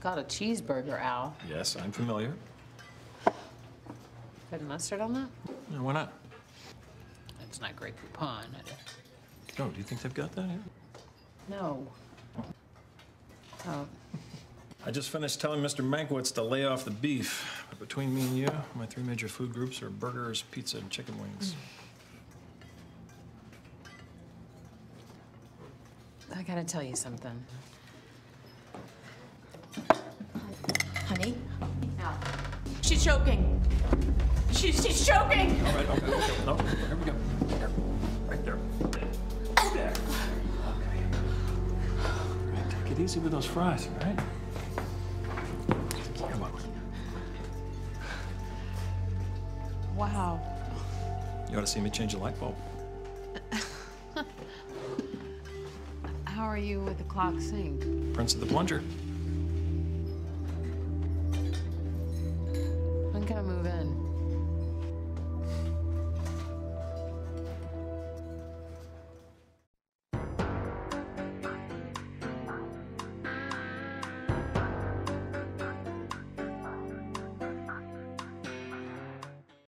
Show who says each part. Speaker 1: called a cheeseburger owl.
Speaker 2: Yes, I'm familiar.
Speaker 1: Put mustard on that?
Speaker 2: No, why not?
Speaker 1: That's not great coupon. is it?
Speaker 2: Oh, do you think they've got that here?
Speaker 1: No. Oh,
Speaker 2: I just finished telling Mr. Mankiewicz to lay off the beef. But Between me and you, my three major food groups are burgers, pizza, and chicken wings.
Speaker 1: I gotta tell you something.
Speaker 3: Honey? Al. She's choking. She's, she's choking!
Speaker 2: All right, okay, okay, no, here we go. Here, right there. There. Okay. All right, take it easy with those fries, all right? Come on.
Speaker 3: Wow.
Speaker 2: You ought to see me change a light bulb.
Speaker 1: How are you with the clock sync?
Speaker 2: Prince of the Plunger.